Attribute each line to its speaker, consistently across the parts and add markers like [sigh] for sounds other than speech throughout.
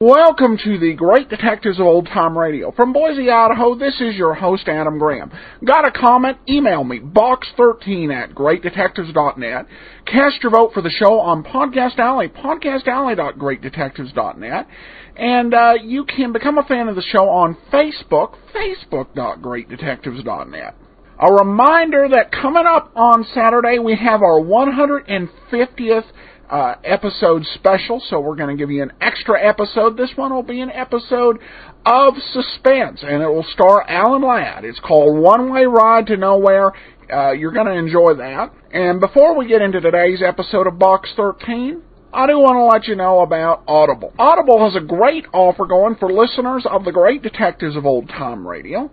Speaker 1: Welcome to the Great Detectives of Old Time Radio. From Boise, Idaho, this is your host, Adam Graham. Got a comment? Email me, box13 at greatdetectives.net. Cast your vote for the show on Podcast Alley, podcastalley.greatdetectives.net. And uh, you can become a fan of the show on Facebook, facebook.greatdetectives.net. A reminder that coming up on Saturday, we have our 150th uh, episode special, so we're going to give you an extra episode. This one will be an episode of suspense, and it will star Alan Ladd. It's called One Way Ride to Nowhere. Uh, you're going to enjoy that. And before we get into today's episode of Box 13, I do want to let you know about Audible. Audible has a great offer going for listeners of the great detectives of old time radio.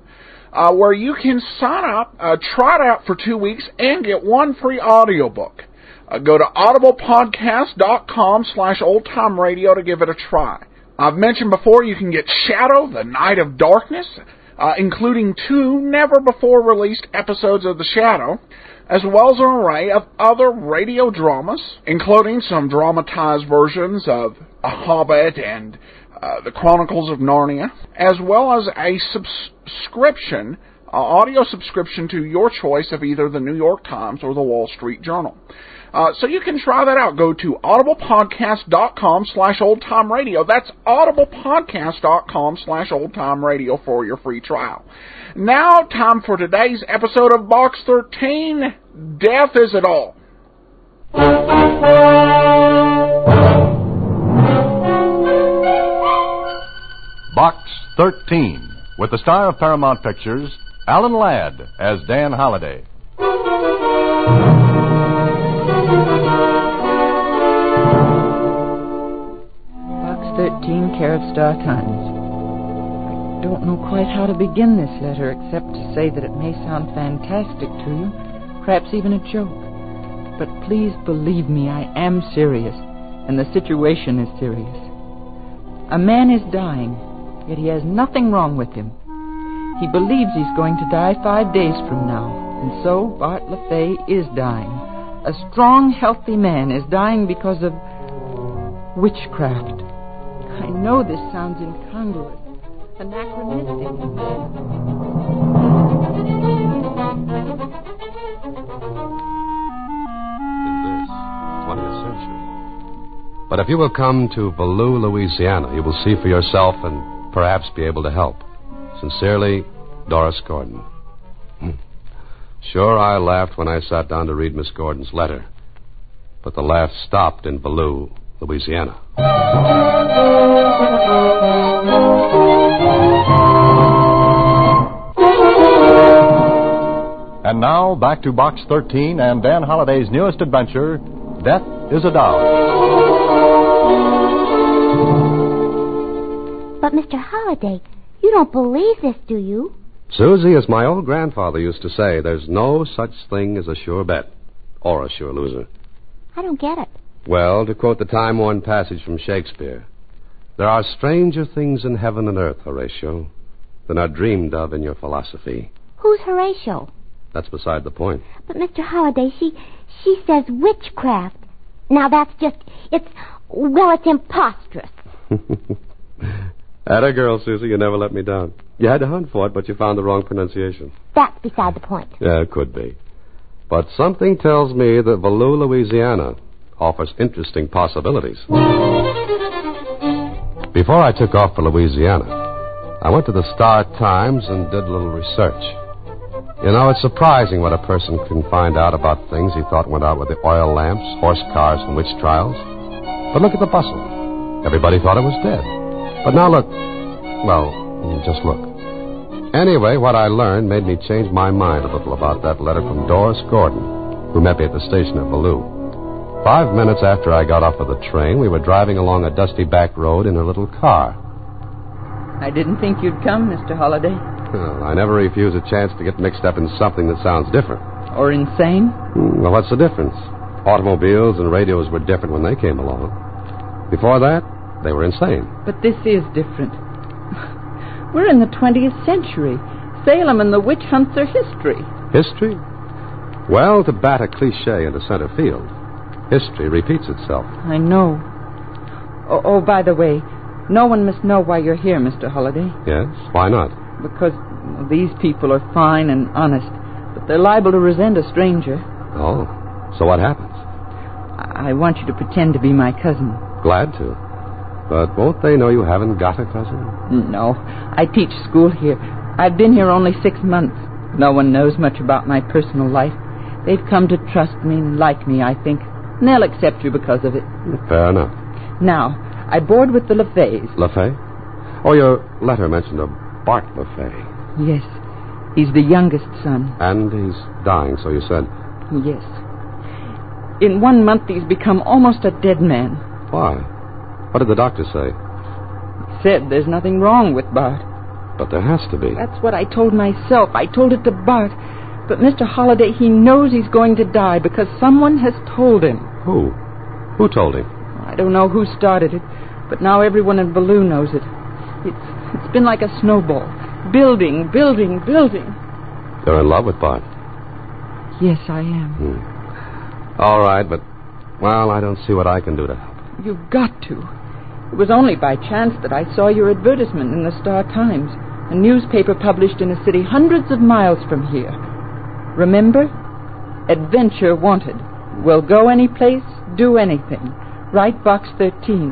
Speaker 1: Uh, where you can sign up, uh, try it out for two weeks, and get one free audiobook. Uh, go to audiblepodcast.com slash oldtimeradio to give it a try. I've mentioned before you can get Shadow, The Night of Darkness, uh, including two never-before-released episodes of The Shadow, as well as an array of other radio dramas, including some dramatized versions of A Hobbit and uh, The Chronicles of Narnia, as well as a subscription uh, audio subscription to your choice of either the New York Times or the Wall Street Journal. Uh, so you can try that out. Go to audiblepodcast.com slash oldtimeradio. That's audiblepodcast.com slash oldtimeradio for your free trial. Now, time for today's episode of Box 13, Death Is It All.
Speaker 2: Box 13, with the star of Paramount Pictures, Alan Ladd, as Dan Holliday.
Speaker 3: Box 13, care of Star Times. I don't know quite how to begin this letter except to say that it may sound fantastic to you, perhaps even a joke. But please believe me, I am serious, and the situation is serious. A man is dying, yet he has nothing wrong with him. He believes he's going to die five days from now, and so Bart LaFay is dying. A strong, healthy man is dying because of witchcraft. I know this sounds incongruous, anachronistic.
Speaker 4: in this 20th century. But if you will come to Baloo, Louisiana, you will see for yourself and perhaps be able to help. Sincerely, Doris Gordon. Hmm. Sure, I laughed when I sat down to read Miss Gordon's letter, but the laugh stopped in Baloo, Louisiana.
Speaker 2: And now, back to Box 13 and Dan Holliday's newest adventure, Death is a Doll.
Speaker 5: But, Mr. Holliday, you don't believe this, do you?
Speaker 4: Susie, as my old grandfather used to say, there's no such thing as a sure bet or a sure loser.
Speaker 5: I don't get it.
Speaker 4: Well, to quote the time worn passage from Shakespeare, there are stranger things in heaven and earth, Horatio, than are dreamed of in your philosophy.
Speaker 5: Who's Horatio?
Speaker 4: That's beside the point. [laughs]
Speaker 5: But, Mr. Holliday, she she says witchcraft. Now that's just it's well, it's imposterous.
Speaker 4: At a girl, Susie, you never let me down. You had to hunt for it, but you found the wrong pronunciation.
Speaker 5: That's beside the point.
Speaker 4: Yeah, it uh, could be. But something tells me that Valoo, Louisiana offers interesting possibilities. Before I took off for Louisiana, I went to the Star Times and did a little research. You know, it's surprising what a person can find out about things he thought went out with the oil lamps, horse cars, and witch trials. But look at the bustle. Everybody thought it was dead. But now look. Well, just look. Anyway, what I learned made me change my mind a little about that letter from Doris Gordon, who met me at the station at Baloo. Five minutes after I got off of the train, we were driving along a dusty back road in a little car.
Speaker 3: I didn't think you'd come, Mr. Holliday.
Speaker 4: Well, I never refuse a chance to get mixed up in something that sounds different.
Speaker 3: Or insane?
Speaker 4: Hmm, Well, what's the difference? Automobiles and radios were different when they came along. Before that, they were insane.
Speaker 3: But this is different. [laughs] We're in the 20th century. Salem and the witch hunts are history.
Speaker 4: History? Well, to bat a cliche into center field, history repeats itself.
Speaker 3: I know. Oh, oh by the way, No one must know why you're here, Mr. Holliday,
Speaker 4: Yes? Why not?
Speaker 3: because well, these people are fine and honest, but they're liable to resent a stranger.
Speaker 4: Oh. So what happens?
Speaker 3: I I want you to pretend to be my cousin.
Speaker 4: Glad to. But won't they know you haven't got a cousin?
Speaker 3: No, I teach school here. I've been here only six months. No one knows much about my personal life. They've come to trust me and like me, I think. And they'll accept you because of it.
Speaker 4: Fair enough.
Speaker 3: Now, I board with the LeFays.
Speaker 4: LaFay? Oh, your letter mentioned a Bart LaFay.
Speaker 3: Yes. He's the youngest son.
Speaker 4: And he's dying, so you said.
Speaker 3: Yes. In one month, he's become almost a dead man.
Speaker 4: Why? What did the doctor say?
Speaker 3: Said there's nothing wrong with Bart.
Speaker 4: But there has to be.
Speaker 3: That's what I told myself. I told it to Bart. But Mr. Holliday, he knows he's going to die because someone has told him.
Speaker 4: Who? Who told him?
Speaker 3: I don't know who started it, but now everyone in Baloo knows it. It's, it's been like a snowball. Building, building, building.
Speaker 4: You're in love with Bart.
Speaker 3: Yes, I am.
Speaker 4: All right, but, well, I don't see what I can do to help.
Speaker 3: You've got to. It was only by chance that I saw your advertisement in the Star Times, a newspaper published in a city hundreds of miles from here. Remember? Adventure wanted. Will go any place, do anything. Write Box 13.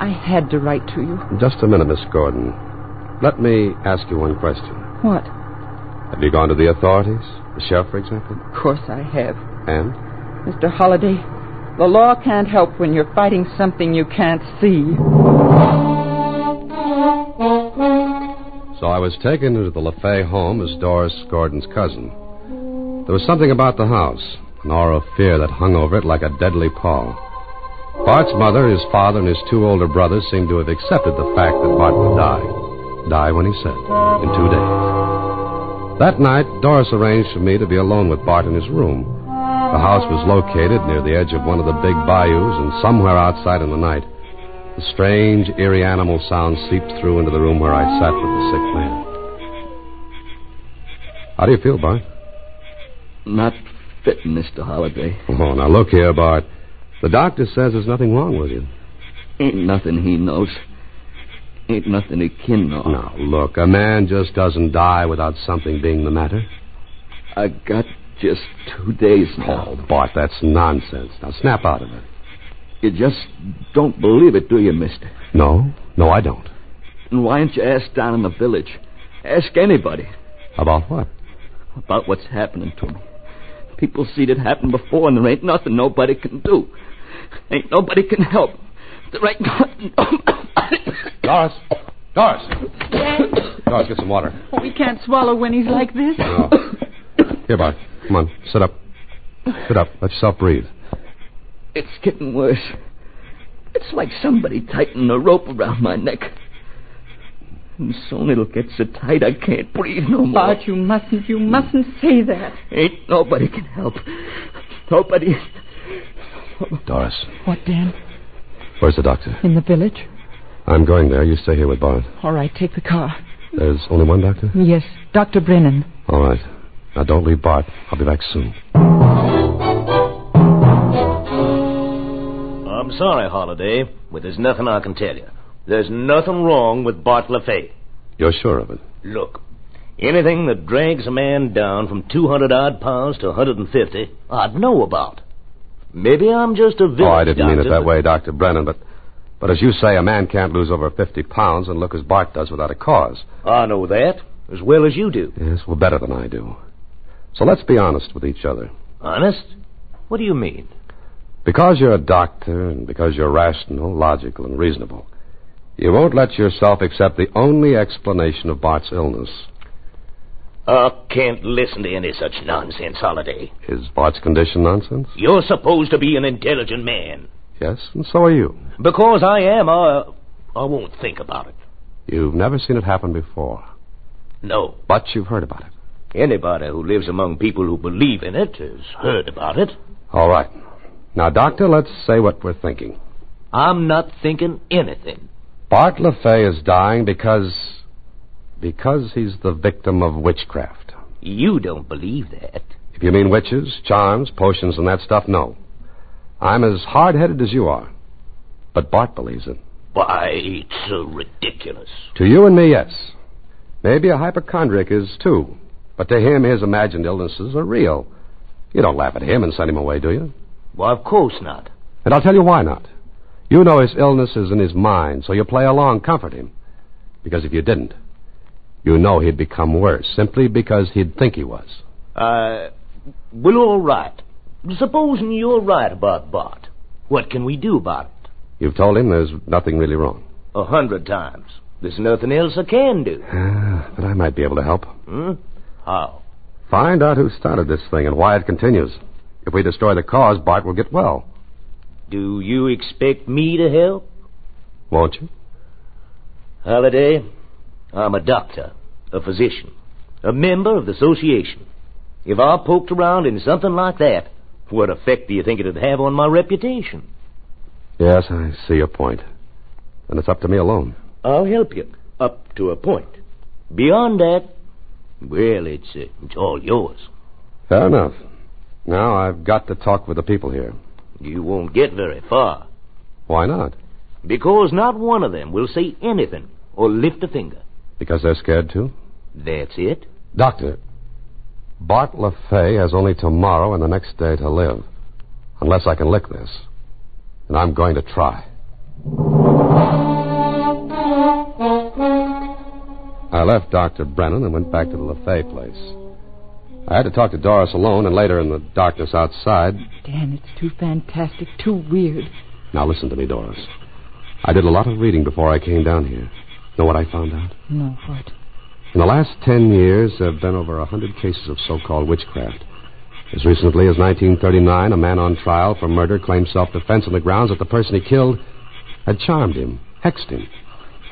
Speaker 3: I had to write to you.
Speaker 4: Just a minute, Miss Gordon. Let me ask you one question.
Speaker 3: What?
Speaker 4: Have you gone to the authorities? The sheriff, for example?
Speaker 3: Of course I have.
Speaker 4: And?
Speaker 3: Mr. Holliday, the law can't help when you're fighting something you can't see.
Speaker 4: So I was taken into the LaFay home as Doris Gordon's cousin. There was something about the house, an aura of fear that hung over it like a deadly pall. Bart's mother, his father, and his two older brothers seemed to have accepted the fact that Bart would die. Die when he said, in two days. That night, Doris arranged for me to be alone with Bart in his room. The house was located near the edge of one of the big bayous and somewhere outside in the night. The strange, eerie animal sound seeped through into the room where I sat with the sick man. How do you feel, Bart?
Speaker 6: Not fit, Mr. Holliday.
Speaker 4: Oh, now look here, Bart. The doctor says there's nothing wrong with you.
Speaker 6: Ain't nothing he knows. Ain't nothing he can know.
Speaker 4: Now, look, a man just doesn't die without something being the matter.
Speaker 6: I got just two days now.
Speaker 4: Oh, Bart, that's nonsense. Now, snap out of it.
Speaker 6: You just don't believe it, do you, mister?
Speaker 4: No, no, I don't.
Speaker 6: And why don't you ask down in the village? Ask anybody
Speaker 4: About what?
Speaker 6: about what's happening to me. People seen it happen before, and there ain't nothing nobody can do. Ain't nobody can help. There ain't nothing nobody...
Speaker 4: Doris! Doris! Doris, get some water.
Speaker 3: He can't swallow when he's like this.
Speaker 4: No. Oh. Here, Bart. Come on, sit up. Sit up. Let yourself breathe.
Speaker 6: It's getting worse. It's like somebody tightened a rope around my neck. And soon it'll get so tight I can't breathe no more.
Speaker 3: Bart, you mustn't, you mustn't say that.
Speaker 6: Ain't nobody can help. Nobody.
Speaker 4: Doris,
Speaker 3: What, Dan?
Speaker 4: where's the doctor?
Speaker 3: In the village?
Speaker 4: I'm going there. You stay here with Bart.
Speaker 3: All right, take the car.
Speaker 4: There's only one doctor?
Speaker 3: Yes, Dr. Brennan.
Speaker 4: All right. Now, don't leave Bart. I'll be back soon.
Speaker 7: I'm sorry, Holiday, but there's nothing I can tell you. There's nothing wrong with Bart LaFay.
Speaker 4: You're sure of it?
Speaker 7: Look, anything that drags a man down from 200 odd pounds to 150, I'd know about. Maybe I'm just a village
Speaker 4: oh, I didn't mean it
Speaker 7: doctor,
Speaker 4: that
Speaker 7: but-
Speaker 4: way, Dr. Brennan, but, but as you say, a man can't lose over 50 pounds and look as Bart does without a cause.
Speaker 7: I know that as well as you do.
Speaker 4: Yes, well, better than I do. So let's be honest with each other.
Speaker 7: Honest? What do you mean?
Speaker 4: Because you're a doctor and because you're rational, logical, and reasonable, you won't let yourself accept the only explanation of Bart's illness.
Speaker 7: I can't listen to any such nonsense, Holiday.
Speaker 4: Is Bart's condition nonsense?
Speaker 7: You're supposed to be an intelligent man.
Speaker 4: Yes, and so are you.
Speaker 7: Because I am, I, I won't think about it.
Speaker 4: You've never seen it happen before,
Speaker 7: No.
Speaker 4: but you've heard about it.
Speaker 7: Anybody who lives among people who believe in it has heard about it.
Speaker 4: All right. Now, Doctor, let's say what we're thinking.
Speaker 7: I'm not thinking anything.
Speaker 4: Bart LaFay is dying because. because he's the victim of witchcraft.
Speaker 7: You don't believe that.
Speaker 4: If you mean witches, charms, potions, and that stuff, no. I'm as hard headed as you are. But Bart believes it.
Speaker 7: Why, it's uh, ridiculous.
Speaker 4: To you and me, yes. Maybe a hypochondriac is, too. But to him, his imagined illnesses are real. You don't laugh at him and send him away, do you?
Speaker 7: Why, of course not.
Speaker 4: And I'll tell you why not. You know his illness is in his mind, so you play along, comfort him. Because if you didn't, you know he'd become worse, simply because he'd think he was.
Speaker 7: Uh, well, all right. Supposing you're right about Bart, what can we do about it?
Speaker 4: You've told him there's nothing really wrong.
Speaker 7: A hundred times. There's nothing else I can do.
Speaker 4: Ah, but I might be able to help.
Speaker 7: Hmm? How?
Speaker 4: Find out who started this thing and why it continues. If we destroy the cause, Bart will get well,
Speaker 7: Do you expect me to help?
Speaker 4: won't you?
Speaker 7: Holiday, I'm a doctor, a physician, a member of the association. If I poked around in something like that, what effect do you think it'd have on my reputation?
Speaker 4: Yes, I see your point. And it's up to me alone.
Speaker 7: I'll help you, up to a point. Beyond that, well, it's, uh, it's all yours.
Speaker 4: Fair enough. Now I've got to talk with the people here.
Speaker 7: You won't get very far,
Speaker 4: Why not?
Speaker 7: because not one of them will say anything or lift a finger.
Speaker 4: Because they're scared too?
Speaker 7: That's it.
Speaker 4: Doctor, Bart LaFay has only tomorrow and the next day to live. Unless I can lick this. And I'm going to try. I left Dr. Brennan and went back to the LaFay place. I had to talk to Doris alone and later in the darkness outside.
Speaker 3: Dan, it's too fantastic, too weird.
Speaker 4: Now listen to me, Doris. I did a lot of reading before I came down here. Know what I found out?
Speaker 3: No, what?
Speaker 4: In the last ten years, there have been over a hundred cases of so-called witchcraft. As recently as 1939, a man on trial for murder claimed self-defense on the grounds that the person he killed had charmed him, hexed him.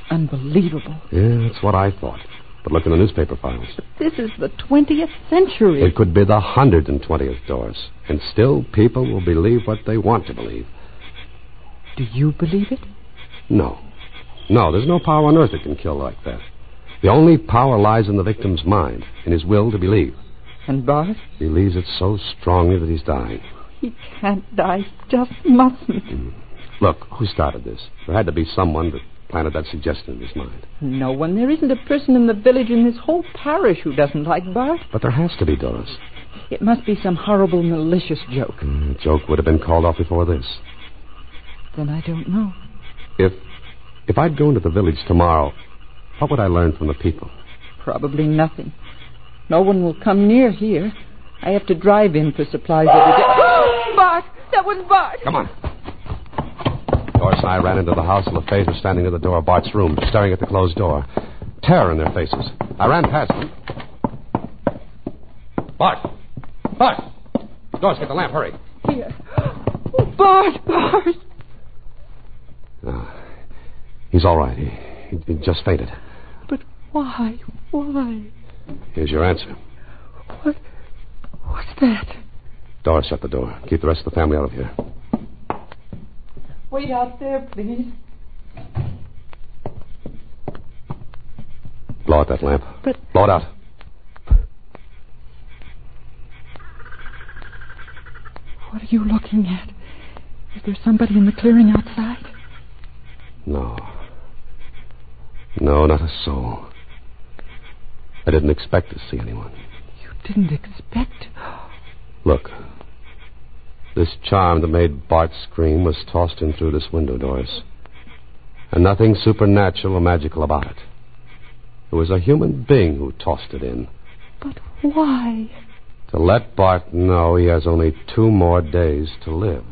Speaker 3: Unbelievable.
Speaker 4: Yeah, that's what I thought. But look in the newspaper files.
Speaker 3: This is the 20th century.
Speaker 4: It could be the 120th, Doris. And still, people will believe what they want to believe.
Speaker 3: Do you believe it?
Speaker 4: No. No, there's no power on earth that can kill like that. The only power lies in the victim's mind, in his will to believe.
Speaker 3: And Bart?
Speaker 4: He believes it so strongly that he's dying.
Speaker 3: He can't die. Just mustn't.
Speaker 4: Look, who started this? There had to be someone that planted that suggestion in his mind.
Speaker 3: No one. There isn't a person in the village in this whole parish who doesn't like Bart.
Speaker 4: But there has to be, Doris.
Speaker 3: It must be some horrible, malicious joke.
Speaker 4: The Hmm, joke would have been called off before this.
Speaker 3: Then I don't know.
Speaker 4: If if I'd go into the village tomorrow, what would I learn from the people?
Speaker 3: Probably nothing. No one will come near here. I have to drive in for supplies every day. [gasps] Bart! That was Bart!
Speaker 4: Come on. Doris and I ran into the house. LaFaze was standing near the door of Bart's room, staring at the closed door. Terror in their faces. I ran past them. Bart! Bart! Doris, get the lamp, hurry.
Speaker 3: Here. Oh, Bart! Bart!
Speaker 4: Ah, He's all right. He, he, he just fainted.
Speaker 3: But why? Why?
Speaker 4: Here's your answer.
Speaker 3: What? What's that?
Speaker 4: Doris, shut the door. Keep the rest of the family out of here.
Speaker 3: Wait out there, please.
Speaker 4: Blow out that lamp.
Speaker 3: But-
Speaker 4: Blow it out.
Speaker 3: What are you looking at? Is there somebody in the clearing outside?
Speaker 4: No. No, not a soul. I didn't expect to see anyone.
Speaker 3: You didn't expect.
Speaker 4: Look. This charm that made Bart scream was tossed in through this window, Doris. And nothing supernatural or magical about it. It was a human being who tossed it in.
Speaker 3: But why?
Speaker 4: To let Bart know he has only two more days to live.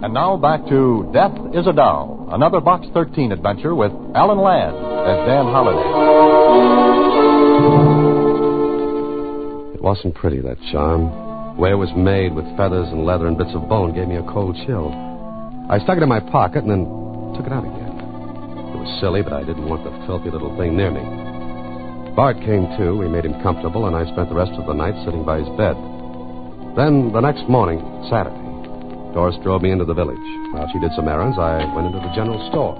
Speaker 2: And now back to Death is a Doll, another Box 13 adventure with Alan Ladd as Dan Holliday.
Speaker 4: It wasn't pretty, that charm. The way it was made with feathers and leather and bits of bone gave me a cold chill. I stuck it in my pocket and then took it out again. It was silly, but I didn't want the filthy little thing near me. Bart came to. We made him comfortable, and I spent the rest of the night sitting by his bed. Then, the next morning, Saturday, Doris drove me into the village. While she did some errands, I went into the general store.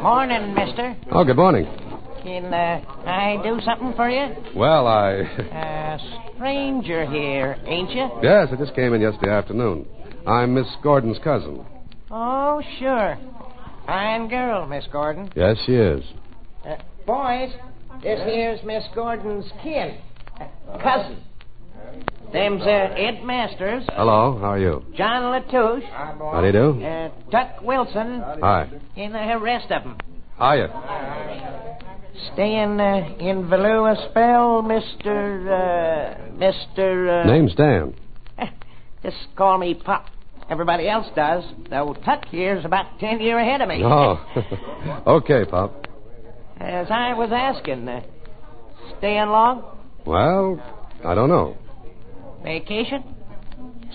Speaker 8: Morning, mister.
Speaker 4: Oh, good morning.
Speaker 8: Can uh, I do something for you?
Speaker 4: Well, I.
Speaker 8: Uh, stranger here, ain't you?
Speaker 4: Yes, I just came in yesterday afternoon. I'm Miss Gordon's cousin.
Speaker 8: Oh, sure. Fine girl, Miss Gordon.
Speaker 4: Yes, she is.
Speaker 8: Uh, boys, this here's Miss Gordon's kin, uh, cousin. Them's uh, Ed Masters,
Speaker 4: Hello, how are you?
Speaker 8: John Latouche,
Speaker 4: How do you do?
Speaker 8: uh, Tuck Wilson,
Speaker 4: Hi.
Speaker 8: and the rest of 'em.
Speaker 4: Hiya.
Speaker 8: Staying uh, in Valoo a spell, Mister, uh, Mister. Uh,
Speaker 4: Name's Dan.
Speaker 8: [laughs] Just call me Pop. Everybody else does, though Tuck here's about ten year ahead of me.
Speaker 4: Oh. [laughs] okay, Pop.
Speaker 8: [laughs] As I was asking, uh, staying long?
Speaker 4: Well, I don't know.
Speaker 8: Vacation?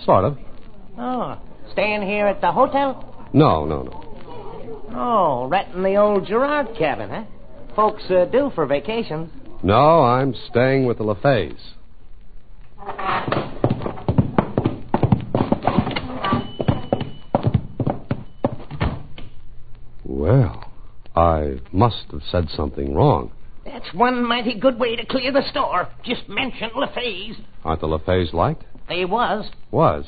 Speaker 4: Sort of.
Speaker 8: Oh, staying here at the hotel?
Speaker 4: No, no, no.
Speaker 8: Oh, renting the old Gerard cabin, huh? Folks uh, do for vacations.
Speaker 4: No, I'm staying with the LaFays. Well, I must have said something wrong.
Speaker 8: That's one mighty good way to clear the store. Just mention LaFay's.
Speaker 4: Aren't the LaFays liked?
Speaker 8: They was. [clears throat]
Speaker 4: Was.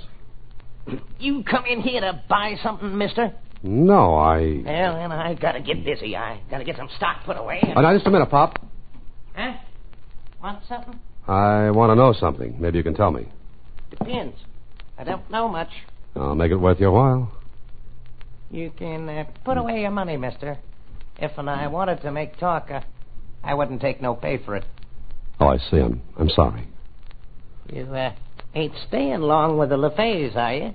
Speaker 8: You come in here to buy something, mister?
Speaker 4: No, I.
Speaker 8: Well, then I gotta get busy. I gotta get some stock put away.
Speaker 4: Oh, now, just a minute, Pop.
Speaker 8: Huh? Want something?
Speaker 4: I want to know something. Maybe you can tell me.
Speaker 8: Depends. I don't know much.
Speaker 4: I'll make it worth your while.
Speaker 8: You can uh, put away your money, mister. If and I wanted to make talk, uh, I wouldn't take no pay for it.
Speaker 4: Oh, I see. I'm, I'm sorry.
Speaker 8: You uh, ain't staying long with the LeFays, are you?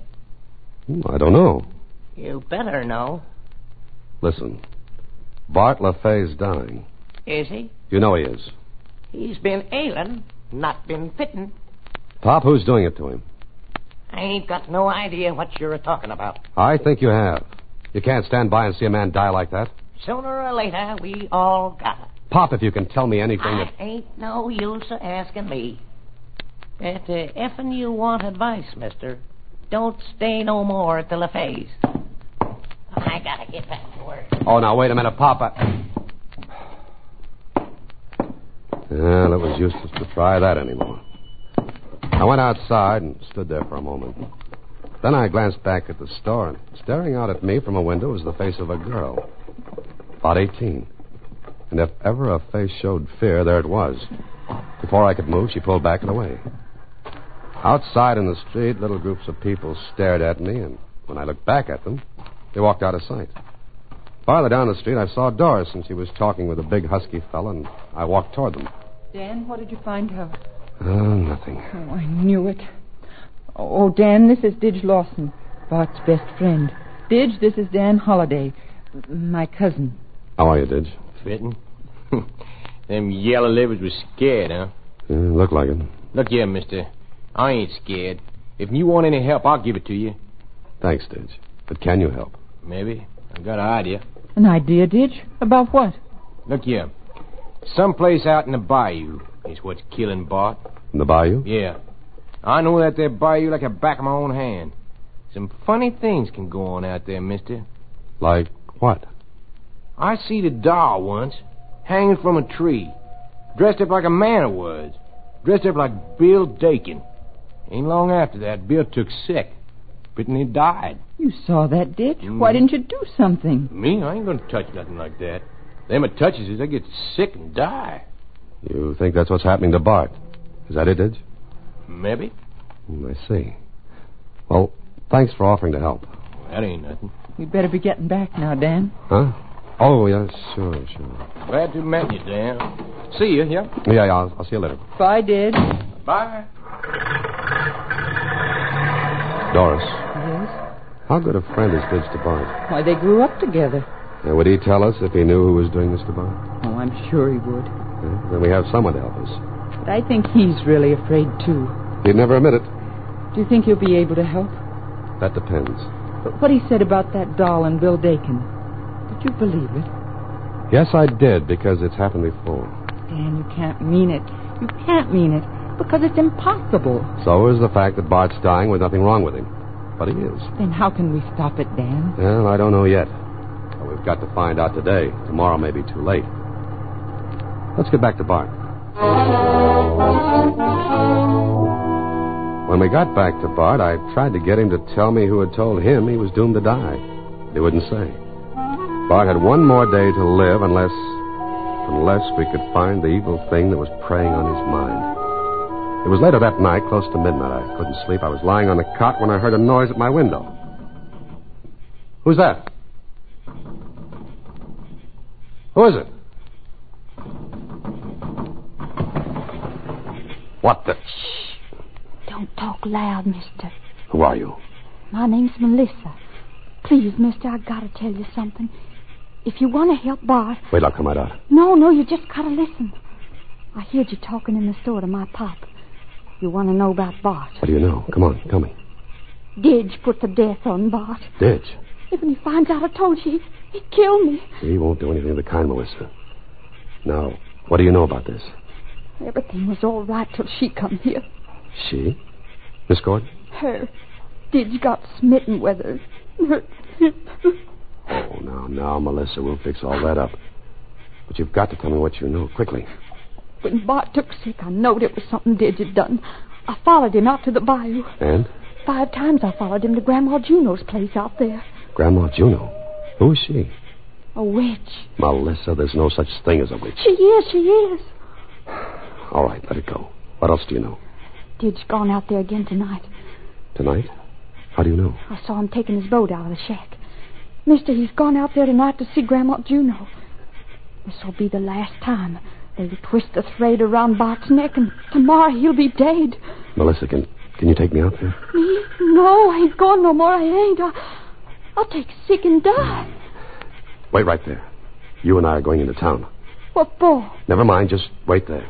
Speaker 4: Hmm, I don't know.
Speaker 8: You better know.
Speaker 4: Listen, Bart LaFay's dying.
Speaker 8: Is he?
Speaker 4: You know he is.
Speaker 8: He's been ailing, not been fitting.
Speaker 4: Pop, who's doing it to him?
Speaker 8: I ain't got no idea what you're talking about.
Speaker 4: I think you have. You can't stand by and see a man die like that.
Speaker 8: Sooner or later, we all got it.
Speaker 4: Pop, if you can tell me anything
Speaker 8: I
Speaker 4: that.
Speaker 8: ain't no use of asking me. But uh, effing you want advice, mister, don't stay no more at the LaFay's. I gotta get back to work.
Speaker 4: Oh, now, wait a minute, Pop. I... Well, it was useless to try that anymore. I went outside and stood there for a moment. Then I glanced back at the store, and staring out at me from a window was the face of a girl, about 18. And if ever a face showed fear, there it was. Before I could move, she pulled back and away. Outside in the street, little groups of people stared [laughs] at me, and when I looked back at them, they walked out of sight. Farther down the street, I saw Doris, and she was talking with a big, husky fellow, and I walked toward them.
Speaker 3: Dan, what did you find out?
Speaker 4: Oh, nothing.
Speaker 3: Oh, I knew it. Oh, Dan, this is Didge Lawson, Bart's best friend. Didge, this is Dan Holliday, my cousin.
Speaker 4: How Oh, are you, Didge?
Speaker 9: Fitting? [laughs] Them yellow livers was scared, huh?
Speaker 4: Yeah, look like it.
Speaker 9: Look here, mister. I ain't scared. If you want any help, I'll give it to you.
Speaker 4: Thanks, Didge. But can you help?
Speaker 9: Maybe. I got an idea.
Speaker 3: An idea, Didge? About what?
Speaker 9: Look here. Someplace out in the bayou is what's killing Bart.
Speaker 4: In the bayou?
Speaker 9: Yeah. I know that there bayou like the back of my own hand. Some funny things can go on out there, mister.
Speaker 4: Like what?
Speaker 9: I see the doll once, hanging from a tree, dressed up like a man of words, dressed up like Bill Dakin. Ain't long after that, Bill took sick, but then he died.
Speaker 3: You saw that, Didge. Why didn't you do something?
Speaker 9: Me, I ain't gonna touch nothing like that. Them that touches it, they get sick and die.
Speaker 4: You think that's what's happening to Bart? Is that it, Didge?
Speaker 9: Maybe.
Speaker 4: Mm, I see. Well, thanks for offering to help.
Speaker 9: That ain't nothing.
Speaker 3: We better be getting back now, Dan.
Speaker 4: Huh? Oh, yeah, sure, sure.
Speaker 9: Glad to meet you, Dan. See you, yeah?
Speaker 4: Yeah, yeah, I'll, I'll see you later.
Speaker 3: Bye, Didge.
Speaker 9: Bye.
Speaker 4: Doris,
Speaker 3: Yes?
Speaker 4: how good a friend is Didge to Bart?
Speaker 3: Why, they grew up together.
Speaker 4: And would he tell us if he knew who was doing this to Bart?
Speaker 3: Oh, I'm sure he would.
Speaker 4: Yeah, then we have someone to help us.
Speaker 3: But I think he's really afraid, too.
Speaker 4: He'd never admit it.
Speaker 3: Do you think he'll be able to help?
Speaker 4: That depends.
Speaker 3: But what he said about that doll and Bill Dakin. Did you believe it?
Speaker 4: Yes, I did, because it's happened before.
Speaker 3: Dan, you can't mean it. You can't mean it. Because it's impossible.
Speaker 4: So is the fact that Bart's dying with nothing wrong with him. But he is.
Speaker 3: Then how can we stop it, Dan?
Speaker 4: Well, I don't know yet. But we've got to find out today. Tomorrow may be too late. Let's get back to Bart. When we got back to Bart, I tried to get him to tell me who had told him he was doomed to die. He wouldn't say. Bart had one more day to live unless. unless we could find the evil thing that was preying on his mind. It was later that night, close to midnight. I couldn't sleep. I was lying on the cot when I heard a noise at my window. Who's that? Who is it? What the.
Speaker 5: Don't talk loud, mister.
Speaker 4: Who are you?
Speaker 5: My name's Melissa. Please, mister, I gotta tell you something. If you want to help Bart,
Speaker 4: Wait, I'll come right out.
Speaker 5: no, no, you just gotta listen. I heard you talking in the store to my pop. You want to know about Bart.
Speaker 4: What do you know? Come on, tell me.
Speaker 5: Didge put the death on Bart.
Speaker 4: Ditch.
Speaker 5: If when he finds out I told you, he, he'd kill me.
Speaker 4: He won't do anything of the kind, Melissa. Now, what do you know about this?
Speaker 5: Everything was all right till she come here.
Speaker 4: She? Miss Gordon?
Speaker 5: Her. Didge got smitten with her. Her.
Speaker 4: Oh, now, now, Melissa, we'll fix all that up. But you've got to tell me what you know, quickly.
Speaker 5: When Bart took sick, I knowed it was something Didge had done. I followed him out to the bayou.
Speaker 4: And?
Speaker 5: Five times I followed him to Grandma Juno's place out there.
Speaker 4: Grandma Juno. Who is she?
Speaker 5: A witch.
Speaker 4: Melissa, there's no such thing as a witch.
Speaker 5: She is, she is.
Speaker 4: All right, let it go. What else do you know?
Speaker 5: Didge gone out there again tonight.
Speaker 4: Tonight? How do you know?
Speaker 5: I saw him taking his boat out of the shack. Mister, he's gone out there tonight to see Grandma Juno. This'll be the last time. They'll twist the thread around Bart's neck, and tomorrow he'll be dead.
Speaker 4: Melissa, can, can you take me out there?
Speaker 5: Me? No, I ain't going no more. I ain't. I, I'll take sick and die.
Speaker 4: Wait right there. You and I are going into town.
Speaker 5: What for?
Speaker 4: Never mind, just wait there.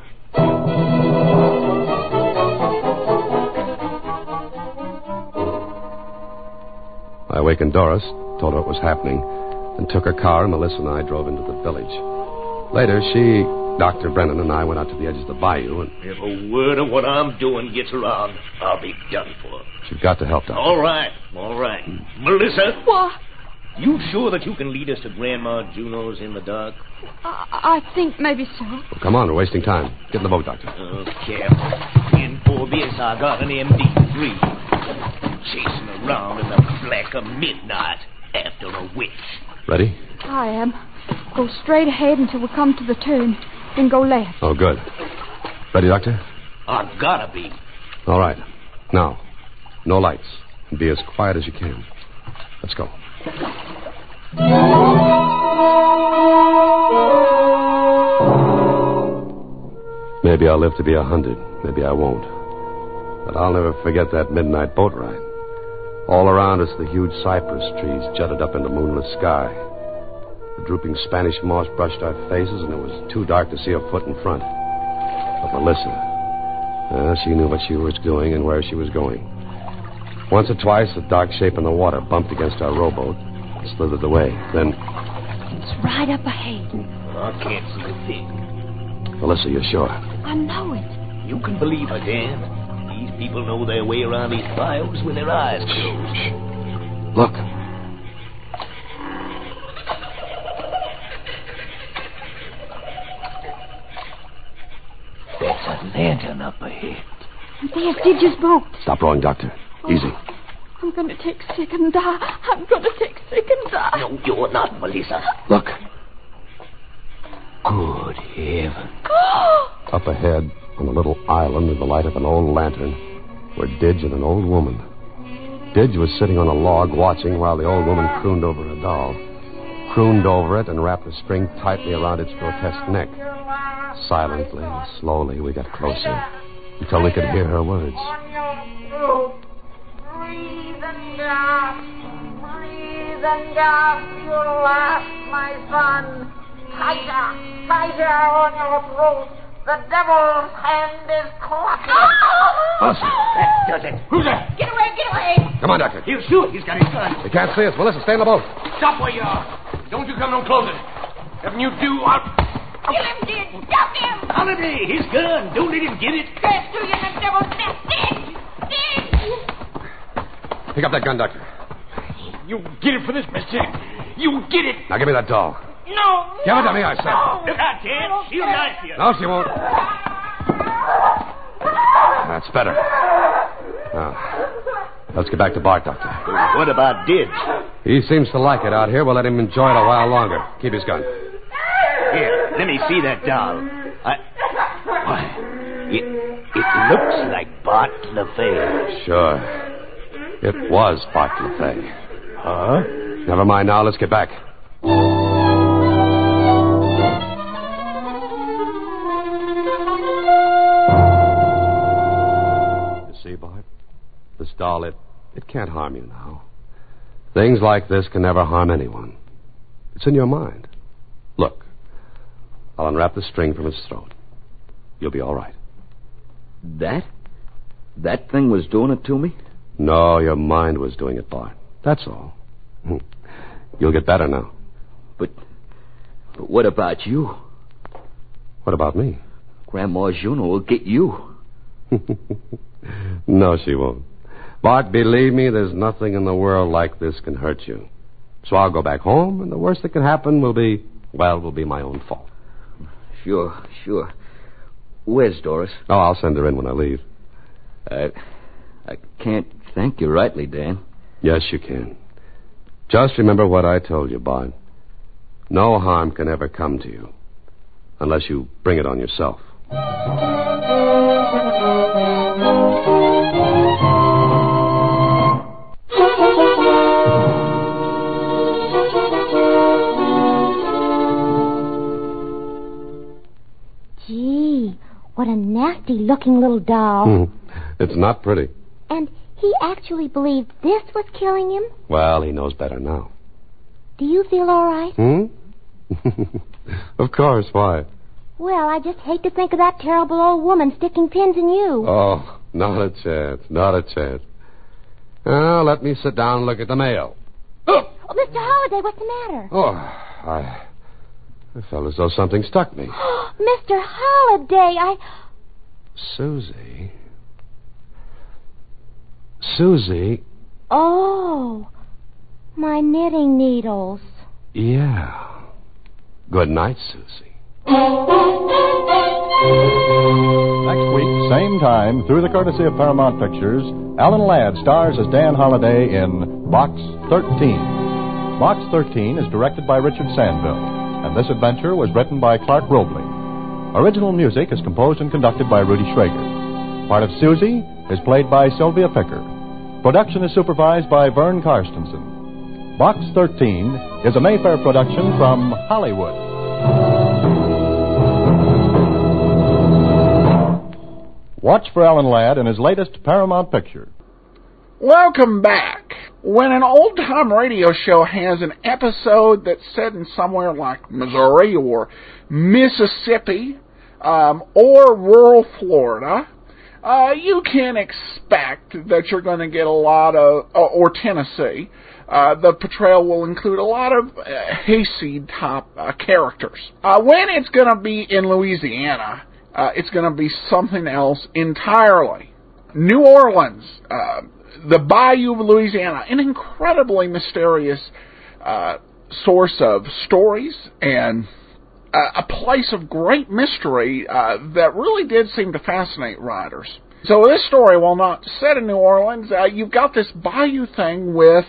Speaker 4: I wakened Doris, told her what was happening, and took her car, and Melissa and I drove into the village. Later, she, Dr. Brennan, and I went out to the edge of the bayou, and
Speaker 7: If a word of what I'm doing gets around, I'll be done for.
Speaker 4: you've got to help, Doctor.
Speaker 7: All right, all right. Melissa,
Speaker 5: Why,
Speaker 7: you sure that you can lead us to Grandma Juno's in the dark?
Speaker 5: I, I think maybe so.
Speaker 4: Well, come on, we're wasting time. Get in the boat, Doctor.
Speaker 7: Okay. In for this, I got an MD3. Chasing around in the black of midnight after a witch.
Speaker 4: Ready?
Speaker 5: I am. Go straight ahead until we come to the turn, then go left.
Speaker 4: Oh, good. Ready, Doctor?
Speaker 7: I gotta be.
Speaker 4: All right. Now, no lights. Be as quiet as you can. Let's go. Maybe I'll live to be a hundred. Maybe I won't. But I'll never forget that midnight boat ride. All around us, the huge cypress trees jutted up into moonless sky. The drooping Spanish moss brushed our faces, and it was too dark to see a foot in front. But Melissa, uh, she knew what she was doing and where she was going. Once or twice, the dark shape in the water bumped against our rowboat and slithered away. Then,
Speaker 5: It's right up ahead.
Speaker 7: I can't see a thing.
Speaker 4: Melissa, you're sure?
Speaker 5: I know it.
Speaker 7: You can believe her, Dan. These people know their way around these biomes with their eyes closed.
Speaker 4: Look.
Speaker 7: That's a lantern up ahead.
Speaker 5: There's Didge's boat.
Speaker 4: Stop rowing, Doctor. Easy.
Speaker 5: I'm gonna take sick and die. I'm gonna take sick and die.
Speaker 7: No, you're not, Melissa.
Speaker 4: Look.
Speaker 7: Good heaven.
Speaker 4: Up ahead, on a little island in the light of an old lantern, were Didge and an old woman. Didge was sitting on a log watching while the old woman crooned over a doll. Crooned over it and wrapped a string tightly around its grotesque neck. Silently and slowly, we got closer until we could hear her words.
Speaker 10: on your throat. Breathe and gasp. Breathe and gasp. You'll last, my son. Tighter, tighter on your throat. The devil's hand is clutching.
Speaker 4: Melissa,
Speaker 7: That does it. Who's that?
Speaker 10: Get away, get away.
Speaker 4: come on, Doctor.
Speaker 7: He'll shoot. He's got his gun.
Speaker 4: They can't see us. Melissa, stay in the boat.
Speaker 9: Stop where you are. Don't you come no closer. If you do, I'll.
Speaker 10: Kill him, Did. Stop him.
Speaker 7: Holiday, his gun. Don't let him get it.
Speaker 10: Curse to you, the devil's death. Did. Did.
Speaker 4: Pick up that gun, Doctor.
Speaker 9: You get it for this mistake. You get it.
Speaker 4: Now give me that doll.
Speaker 10: No.
Speaker 4: Give it to me, I said.
Speaker 10: No.
Speaker 11: Look out, Dan.
Speaker 10: I don't
Speaker 11: She'll
Speaker 10: care.
Speaker 11: knife you.
Speaker 4: No, she won't. That's better. Now, let's get back to Bart, Doctor.
Speaker 7: What about Dibs?
Speaker 4: He seems to like it out here. We'll let him enjoy it a while longer. Keep his gun.
Speaker 7: Here, let me see that doll. I. Why, it, it looks like Bart LaFay.
Speaker 4: Sure. It was Bart LaFay. Huh? Never mind now. Let's get back. You see, Bart? This doll, it, it can't harm you now. Things like this can never harm anyone. It's in your mind. Look, I'll unwrap the string from his throat. You'll be all right.
Speaker 6: That? That thing was doing it to me?
Speaker 4: No, your mind was doing it, Bart. That's all. [laughs] You'll get better now.
Speaker 6: But. But what about you?
Speaker 4: What about me? [laughs]
Speaker 6: Grandma Juno will get you.
Speaker 4: No, she won't. Bart, believe me, there's nothing in the world like this can hurt you. So I'll go back home, and the worst that can happen will be, well, will be my own fault.
Speaker 6: Sure, sure. Where's Doris?
Speaker 4: Oh, I'll send her in when I leave.
Speaker 6: I. I can't thank you rightly, Dan.
Speaker 4: Yes, you can. Just remember what I told you, Bart. No harm can ever come to you unless you bring it on yourself. [laughs]
Speaker 12: Gee, what a nasty looking little doll.
Speaker 4: Hmm. it's not pretty.
Speaker 12: And he actually believed this was killing him?
Speaker 4: Well, he knows better now.
Speaker 12: Do you feel all right?
Speaker 4: Hmm? [laughs] of course, why?
Speaker 12: Well, I just hate to think of that terrible old woman sticking pins in you.
Speaker 4: Oh, not a chance, not a chance. Now, let me sit down and look at the mail.
Speaker 12: Oh, Mr. Holliday, what's the matter? [gasps]
Speaker 4: Oh, I. I felt as though something stuck me.
Speaker 12: Mr. Holliday, I.
Speaker 4: Susie. Susie,
Speaker 12: Oh, my knitting needles.
Speaker 4: yeah. Good night, Susie.
Speaker 2: Next week, same time, through the courtesy of Paramount Pictures, Alan Ladd stars as Dan Holliday in Box 13. Box 13 is directed by Richard Sandville, and this adventure was written by Clark Robley. Original music is composed and conducted by Rudy Schrager. Part of Susie is played by Sylvia Picker. Production is supervised by Vern Karstensen. Box 13 is a Mayfair production from Hollywood. Watch for Alan Ladd in his latest Paramount picture.
Speaker 1: Welcome back. When an old time radio show has an episode that's set in somewhere like Missouri or Mississippi um, or rural Florida, uh, you can expect that you're going to get a lot of, uh, or Tennessee, uh, the portrayal will include a lot of uh, hayseed type uh, characters. Uh, when it's going to be in Louisiana, uh, it's going to be something else entirely. New Orleans, uh, the Bayou of Louisiana, an incredibly mysterious uh, source of stories and uh, a place of great mystery uh, that really did seem to fascinate writers. So this story, while not set in New Orleans, uh, you've got this Bayou thing with.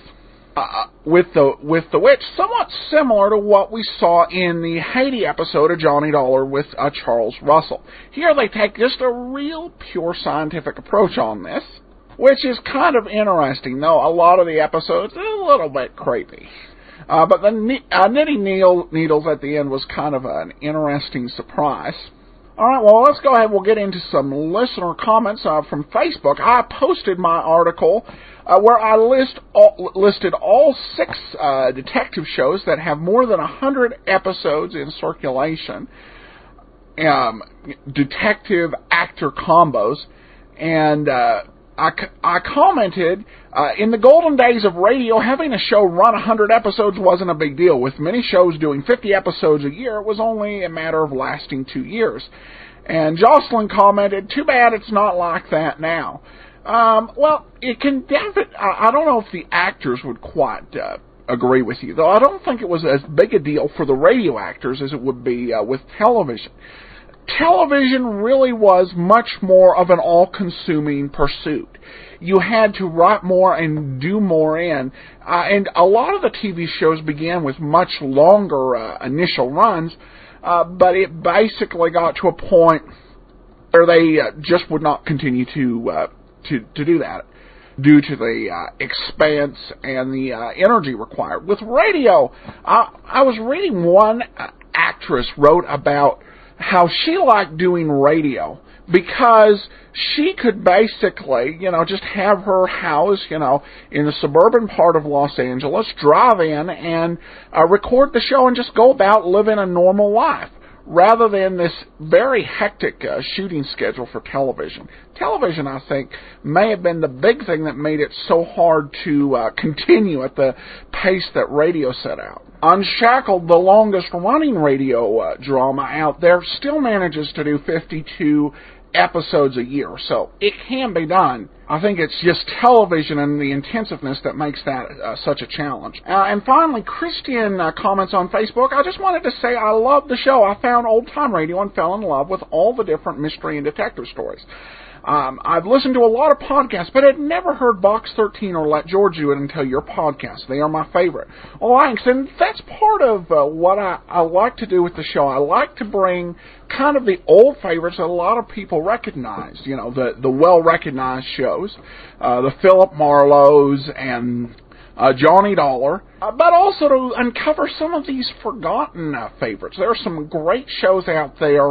Speaker 1: Uh, with the with the witch, somewhat similar to what we saw in the Haiti episode of Johnny Dollar with uh, Charles Russell. Here they take just a real pure scientific approach on this, which is kind of interesting. Though a lot of the episodes are a little bit creepy, uh, but the kni- uh, knitting needle, needles at the end was kind of an interesting surprise. All right, well, let's go ahead. We'll get into some listener comments uh, from Facebook. I posted my article uh, where I list all, listed all six uh, detective shows that have more than a 100 episodes in circulation, um, detective actor combos, and uh, I, c- I commented uh, in the golden days of radio, having a show run 100 episodes wasn't a big deal. With many shows doing 50 episodes a year, it was only a matter of lasting two years. And Jocelyn commented, "Too bad it's not like that now." Um, well, it can definitely. I I don't know if the actors would quite uh, agree with you, though I don't think it was as big a deal for the radio actors as it would be uh, with television. Television really was much more of an all consuming pursuit. You had to write more and do more in. Uh, and a lot of the TV shows began with much longer uh, initial runs, uh, but it basically got to a point or they uh, just would not continue to uh, to to do that due to the uh, expense and the uh, energy required. With radio, I, I was reading one uh, actress wrote about how she liked doing radio because she could basically, you know, just have her house, you know, in the suburban part of Los Angeles, drive in and uh, record the show and just go about living a normal life rather than this very hectic uh, shooting schedule for television. Television, I think, may have been the big thing that made it so hard to uh, continue at the pace that radio set out. Unshackled, the longest running radio uh, drama out there, still manages to do 52 episodes a year, so it can be done. I think it's just television and the intensiveness that makes that uh, such a challenge. Uh, and finally, Christian uh, comments on Facebook. I just wanted to say I love the show. I found old time radio and fell in love with all the different mystery and detective stories. Um, I've listened to a lot of podcasts, but had never heard Box 13 or Let George Do It until your podcast. They are my favorite. Likes, and that's part of uh, what I, I like to do with the show. I like to bring kind of the old favorites that a lot of people recognize, you know, the, the well recognized shows, uh, the Philip Marlowe's and uh, Johnny Dollar, uh, but also to uncover some of these forgotten uh, favorites. There are some great shows out there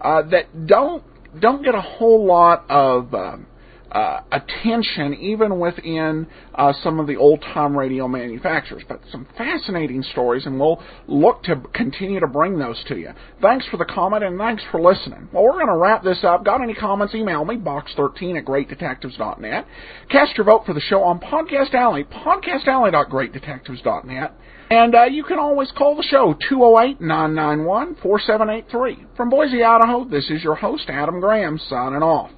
Speaker 1: uh, that don't don't get a whole lot of um, uh, attention, even within uh, some of the old time radio manufacturers. But some fascinating stories, and we'll look to continue to bring those to you. Thanks for the comment, and thanks for listening. Well, we're going to wrap this up. Got any comments? Email me, box13 at greatdetectives.net. Cast your vote for the show on Podcast Alley, podcastalley.greatdetectives.net. And uh, you can always call the show, 208 991 4783. From Boise, Idaho, this is your host, Adam Graham, signing off.